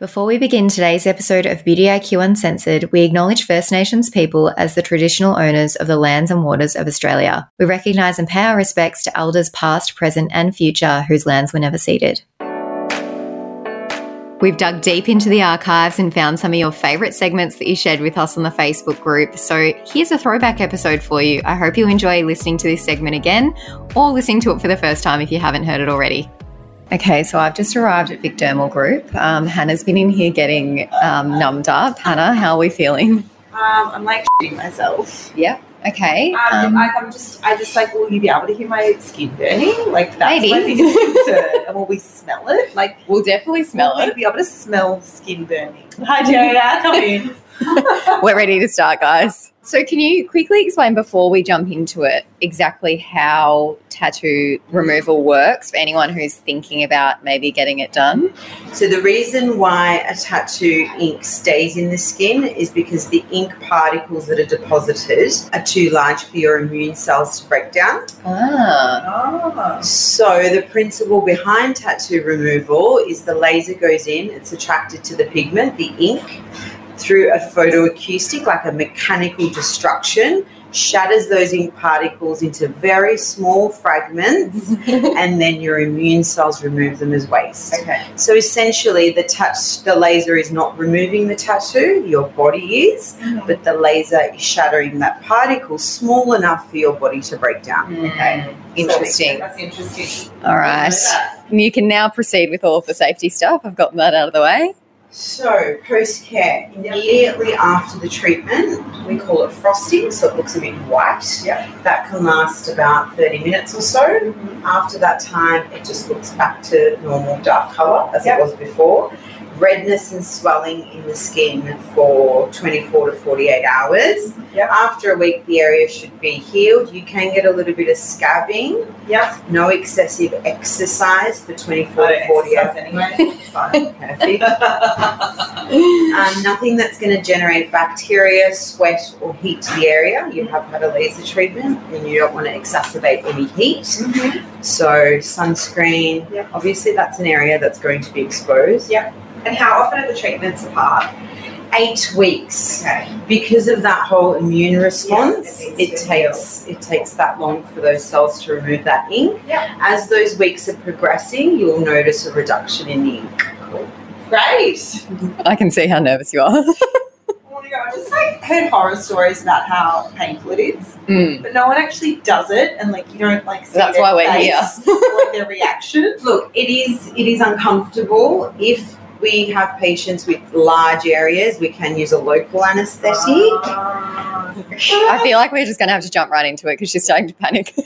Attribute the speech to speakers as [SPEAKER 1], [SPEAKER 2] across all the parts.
[SPEAKER 1] Before we begin today's episode of Beauty IQ Uncensored, we acknowledge First Nations people as the traditional owners of the lands and waters of Australia. We recognise and pay our respects to elders past, present, and future whose lands were never ceded. We've dug deep into the archives and found some of your favourite segments that you shared with us on the Facebook group. So here's a throwback episode for you. I hope you enjoy listening to this segment again or listening to it for the first time if you haven't heard it already. Okay, so I've just arrived at Vic Dermal Group. Um, Hannah's been in here getting um, numbed up. Hannah, how are we feeling?
[SPEAKER 2] Um, I'm like shitting myself.
[SPEAKER 1] Yep. Okay.
[SPEAKER 2] Um,
[SPEAKER 1] Um,
[SPEAKER 2] like I'm just, I just like, will you be able to hear my skin burning? Like that's
[SPEAKER 1] Maybe.
[SPEAKER 2] my biggest concern. and will we smell it? Like
[SPEAKER 1] we'll definitely smell
[SPEAKER 2] will
[SPEAKER 1] it.
[SPEAKER 2] we be able to smell skin burning? Hi, Joanna, come in.
[SPEAKER 1] We're ready to start, guys. So, can you quickly explain before we jump into it exactly how tattoo removal works for anyone who's thinking about maybe getting it done?
[SPEAKER 3] So the reason why a tattoo ink stays in the skin is because the ink particles that are deposited are too large for your immune cells to break down.
[SPEAKER 1] Ah,
[SPEAKER 2] Oh.
[SPEAKER 3] So the principle behind tattoo removal is the laser goes in, it's attracted to the pigment, the ink, through a photoacoustic, like a mechanical destruction, shatters those ink particles into very small fragments, and then your immune cells remove them as waste.
[SPEAKER 2] Okay.
[SPEAKER 3] So essentially, the touch, the laser is not removing the tattoo. Your body is, but the laser is shattering that particle small enough for your body to break down.
[SPEAKER 1] okay. Interesting.
[SPEAKER 2] That's interesting.
[SPEAKER 1] All right. And you can now proceed with all of the safety stuff. I've gotten that out of the way.
[SPEAKER 3] So post care, immediately after the treatment, we call it frosting, so it looks a bit white.
[SPEAKER 2] Yep.
[SPEAKER 3] That can last about thirty minutes or so.
[SPEAKER 2] Mm-hmm.
[SPEAKER 3] After that time, it just looks back to normal dark colour as
[SPEAKER 2] Yep.
[SPEAKER 3] it was before. Redness and swelling in the skin for 24 to 48 hours.
[SPEAKER 2] Yep.
[SPEAKER 3] After a week, the area should be healed. You can get a little bit of scabbing.
[SPEAKER 2] Yep.
[SPEAKER 3] No excessive exercise for 24
[SPEAKER 2] I
[SPEAKER 3] to
[SPEAKER 2] don't
[SPEAKER 3] 48
[SPEAKER 2] exercise anyway. It's fine.
[SPEAKER 3] Perfect. um, nothing that's going to generate bacteria, sweat, or heat to the area. You have had a laser treatment and you don't want to exacerbate any heat.
[SPEAKER 2] Mm-hmm.
[SPEAKER 3] So, sunscreen,
[SPEAKER 2] Yep.
[SPEAKER 3] obviously, that's an area that's going to be exposed.
[SPEAKER 2] Yep. And how often are the treatments apart?
[SPEAKER 3] Eight weeks.
[SPEAKER 2] Okay.
[SPEAKER 3] Because of that whole immune response,
[SPEAKER 2] Yeah, it
[SPEAKER 3] it
[SPEAKER 2] needs to
[SPEAKER 3] takes it takes that long for those cells to remove that ink.
[SPEAKER 2] Yep.
[SPEAKER 3] As those weeks are progressing, you'll notice a reduction in the ink.
[SPEAKER 2] Great.
[SPEAKER 1] I can see how nervous you are.
[SPEAKER 2] Oh my god, I just like heard horror stories about how painful it is,
[SPEAKER 1] Mm.
[SPEAKER 2] but no one actually does it, and like you don't like. See
[SPEAKER 1] That's
[SPEAKER 2] their
[SPEAKER 1] why we're
[SPEAKER 2] face
[SPEAKER 1] here.
[SPEAKER 2] or, like their reaction.
[SPEAKER 3] Look, it is it is uncomfortable. If we have patients with large areas, we can use a local anaesthetic.
[SPEAKER 1] I feel like we're just going to have to jump right into it because she's starting to panic.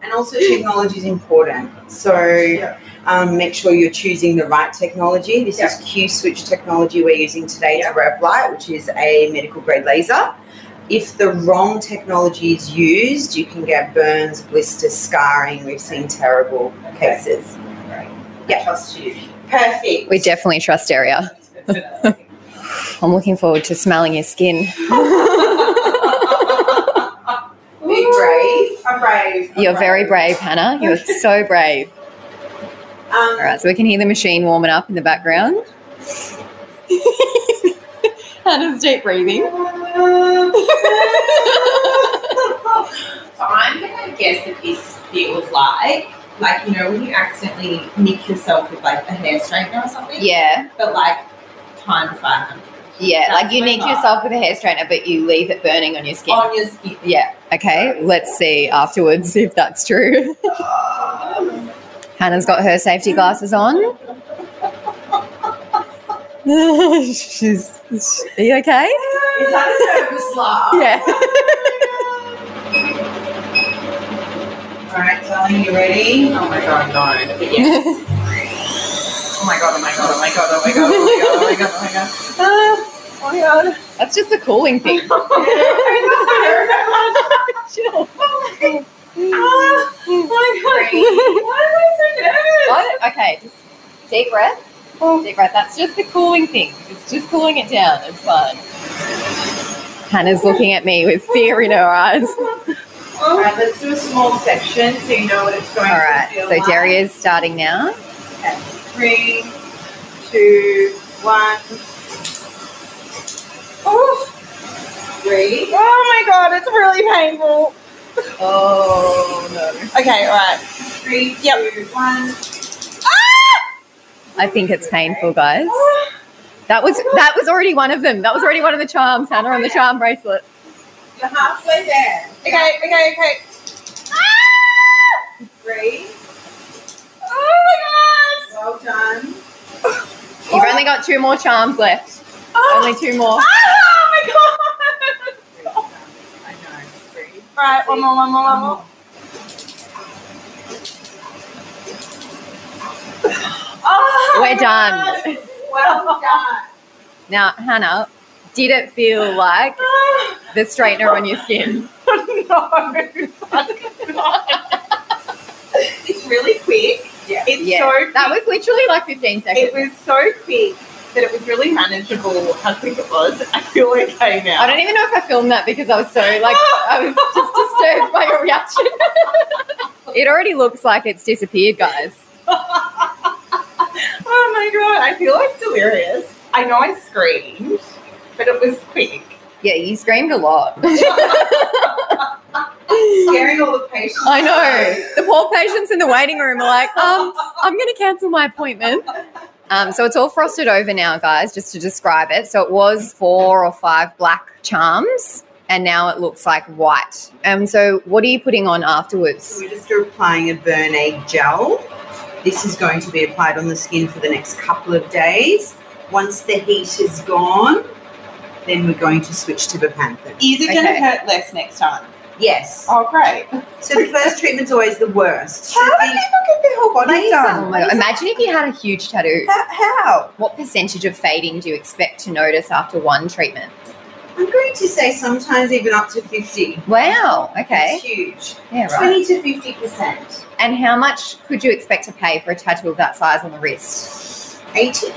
[SPEAKER 3] And also, technology is important. So um, make sure you're choosing the right technology. This is Q switch technology we're using today. It's RevLite, which is a medical grade laser. If the wrong technology is used, you can get burns, blisters, scarring. We've seen terrible
[SPEAKER 2] Okay.
[SPEAKER 3] cases.
[SPEAKER 2] Yeah, trust you. Perfect.
[SPEAKER 1] we definitely trust area. I'm looking forward to smelling your skin.
[SPEAKER 3] Be brave.
[SPEAKER 2] I'm brave. I'm
[SPEAKER 1] You're very
[SPEAKER 2] brave.
[SPEAKER 1] brave, Hannah. You're so brave. All
[SPEAKER 3] Um,
[SPEAKER 1] right, so we can hear the machine warming up in the background. Hannah's deep breathing.
[SPEAKER 4] So I'm gonna guess that this feels like, like you know, when you accidentally nick yourself with like a hair straightener or something.
[SPEAKER 1] Yeah,
[SPEAKER 4] But like times five hundred
[SPEAKER 1] yeah.
[SPEAKER 4] That's
[SPEAKER 1] like you
[SPEAKER 4] my
[SPEAKER 1] nick
[SPEAKER 4] vibe.
[SPEAKER 1] yourself with a hair straightener, but you leave it burning on your skin.
[SPEAKER 4] on your skin.
[SPEAKER 1] Yeah. Okay. Let's see afterwards if that's true. Hannah's got her safety glasses on. She's. Are you okay?
[SPEAKER 2] Is that a nervous laugh?
[SPEAKER 1] Yeah.
[SPEAKER 3] all right, darling, you ready?
[SPEAKER 2] Oh my god, no. But yes. oh my god, oh my god, oh my god, oh my god, oh my god, oh my god, oh my god.
[SPEAKER 1] That's just the cooling thing.
[SPEAKER 2] Oh my god. oh
[SPEAKER 1] deep breath. Deep breath. That's just the cooling thing. It's just cooling it down. It's fine. Hannah's looking at me with fear in her eyes.
[SPEAKER 4] All right, let's do a small section so you know what it's going
[SPEAKER 1] All right.
[SPEAKER 4] to feel
[SPEAKER 1] So
[SPEAKER 4] like.
[SPEAKER 1] Daria's starting now.
[SPEAKER 4] Three, two, one. Oof. Three.
[SPEAKER 5] Oh my god, it's really painful.
[SPEAKER 4] Oh no.
[SPEAKER 5] Okay, all right.
[SPEAKER 4] Three, two,
[SPEAKER 5] Yep.
[SPEAKER 4] one.
[SPEAKER 1] I think it's painful, guys.
[SPEAKER 5] Ah!
[SPEAKER 1] That was that was already one of them. That was already one of the charms. Hannah on the charm bracelet.
[SPEAKER 4] You're halfway there.
[SPEAKER 5] Okay, okay, okay. Ah!
[SPEAKER 4] Three.
[SPEAKER 5] Oh
[SPEAKER 4] Well done.
[SPEAKER 1] You've only got two more charms left.
[SPEAKER 5] my god. Oh,
[SPEAKER 1] Only two more.
[SPEAKER 5] oh my god.
[SPEAKER 4] I know. Three.
[SPEAKER 5] All right, one more, one more, one more. Oh,
[SPEAKER 1] We're done.
[SPEAKER 4] Well done.
[SPEAKER 1] Now, Hannah, did it feel like
[SPEAKER 5] Oh,
[SPEAKER 1] the straightener on your skin?
[SPEAKER 5] no.
[SPEAKER 4] It's really quick. Yeah.
[SPEAKER 5] It's
[SPEAKER 1] Yeah.
[SPEAKER 5] so quick.
[SPEAKER 1] That was literally like 15 seconds.
[SPEAKER 5] it was so quick that it was really manageable how quick it was. I feel okay now.
[SPEAKER 1] I don't even know if I filmed that because I was so like I was just disturbed by your reaction. it already looks like it's disappeared, guys. e-
[SPEAKER 5] Oh my god, I feel like delirious. I know I screamed, but it was quick.
[SPEAKER 1] Yeah, you screamed a lot.
[SPEAKER 4] Scaring all the patients.
[SPEAKER 1] I know. The poor patients in the waiting room are like, um, I'm going to cancel my appointment. Um, so it's all frosted over now, guys, just to describe it. So it was four or five black charms, and now it looks like white. Um, so what are you putting on afterwards?
[SPEAKER 3] We're just applying a Burn Aid gel. This is going to be applied on the skin for the next couple of days. Once the heat is gone, then we're going to switch to Bepanthen.
[SPEAKER 4] Is it going to
[SPEAKER 1] Okay.
[SPEAKER 4] hurt less next time?
[SPEAKER 3] Yes.
[SPEAKER 5] Oh great.
[SPEAKER 3] So the first treatment's always the worst. So
[SPEAKER 4] How
[SPEAKER 3] think-
[SPEAKER 4] Look at the whole
[SPEAKER 3] Amazing.
[SPEAKER 1] Oh my God. Imagine if you had a huge tattoo.
[SPEAKER 3] How?
[SPEAKER 1] What percentage of fading do you expect to notice after one treatment?
[SPEAKER 3] I'm going to say sometimes even up to 50.
[SPEAKER 1] Wow. Okay.
[SPEAKER 3] It's huge.
[SPEAKER 1] Yeah, right.
[SPEAKER 3] 20 to 50%.
[SPEAKER 1] And how much could you expect to pay for a tattoo of that size on the wrist?
[SPEAKER 3] 80?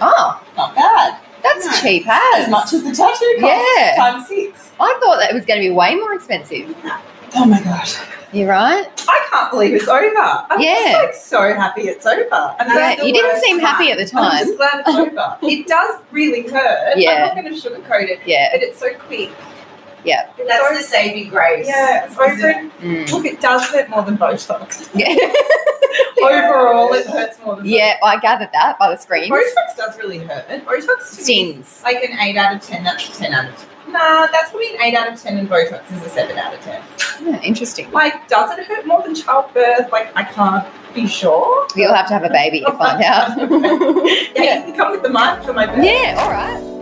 [SPEAKER 1] Oh,
[SPEAKER 4] Not bad.
[SPEAKER 1] that's
[SPEAKER 3] No,
[SPEAKER 1] cheap as.
[SPEAKER 4] As much as the tattoo costs.
[SPEAKER 1] Yeah.
[SPEAKER 4] Times six.
[SPEAKER 1] I thought that it was going to be way more expensive.
[SPEAKER 4] Oh my gosh.
[SPEAKER 1] You're right.
[SPEAKER 5] I can't believe it's over. I'm
[SPEAKER 1] Yeah.
[SPEAKER 5] just like so happy it's over. And
[SPEAKER 3] That's
[SPEAKER 1] Yeah,
[SPEAKER 3] the
[SPEAKER 1] you didn't
[SPEAKER 3] worst
[SPEAKER 1] seem happy at the
[SPEAKER 5] I'm
[SPEAKER 1] time.
[SPEAKER 5] just glad it's over. It does really hurt.
[SPEAKER 1] Yeah.
[SPEAKER 5] I'm not going to sugarcoat it,
[SPEAKER 1] Yeah.
[SPEAKER 5] but it's so quick.
[SPEAKER 1] Yeah.
[SPEAKER 5] It's
[SPEAKER 3] That's
[SPEAKER 5] over-
[SPEAKER 3] the saving grace.
[SPEAKER 5] yeah, it's
[SPEAKER 3] isn't
[SPEAKER 5] over.
[SPEAKER 3] it?
[SPEAKER 5] and-
[SPEAKER 1] Mm.
[SPEAKER 5] Look, it does hurt more than Botox.
[SPEAKER 1] Yeah.
[SPEAKER 5] Overall, it hurts more than
[SPEAKER 1] yeah, I gathered that by the
[SPEAKER 5] Botox.
[SPEAKER 1] screen.
[SPEAKER 5] Botox does really hurt. Botox to me
[SPEAKER 1] Stings.
[SPEAKER 4] Like an 8 out of 10. That's a 10 out of 10. Nah, that's probably an 8 out of 10 and Botox is a 7 out of 10.
[SPEAKER 1] Yeah, interesting.
[SPEAKER 5] Like, does it hurt more than childbirth? Like, I can't be sure.
[SPEAKER 1] You'll have to have a baby to find out.
[SPEAKER 5] Yeah, you can come with the mic for my birth.
[SPEAKER 1] yeah, all right.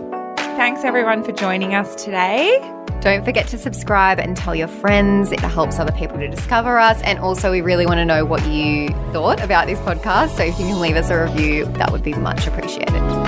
[SPEAKER 6] Thanks everyone for joining us today.
[SPEAKER 1] Don't forget to subscribe and tell your friends. It helps other people to discover us. And also, we really want to know what you thought about this podcast. So if you can leave us a review, that would be much appreciated.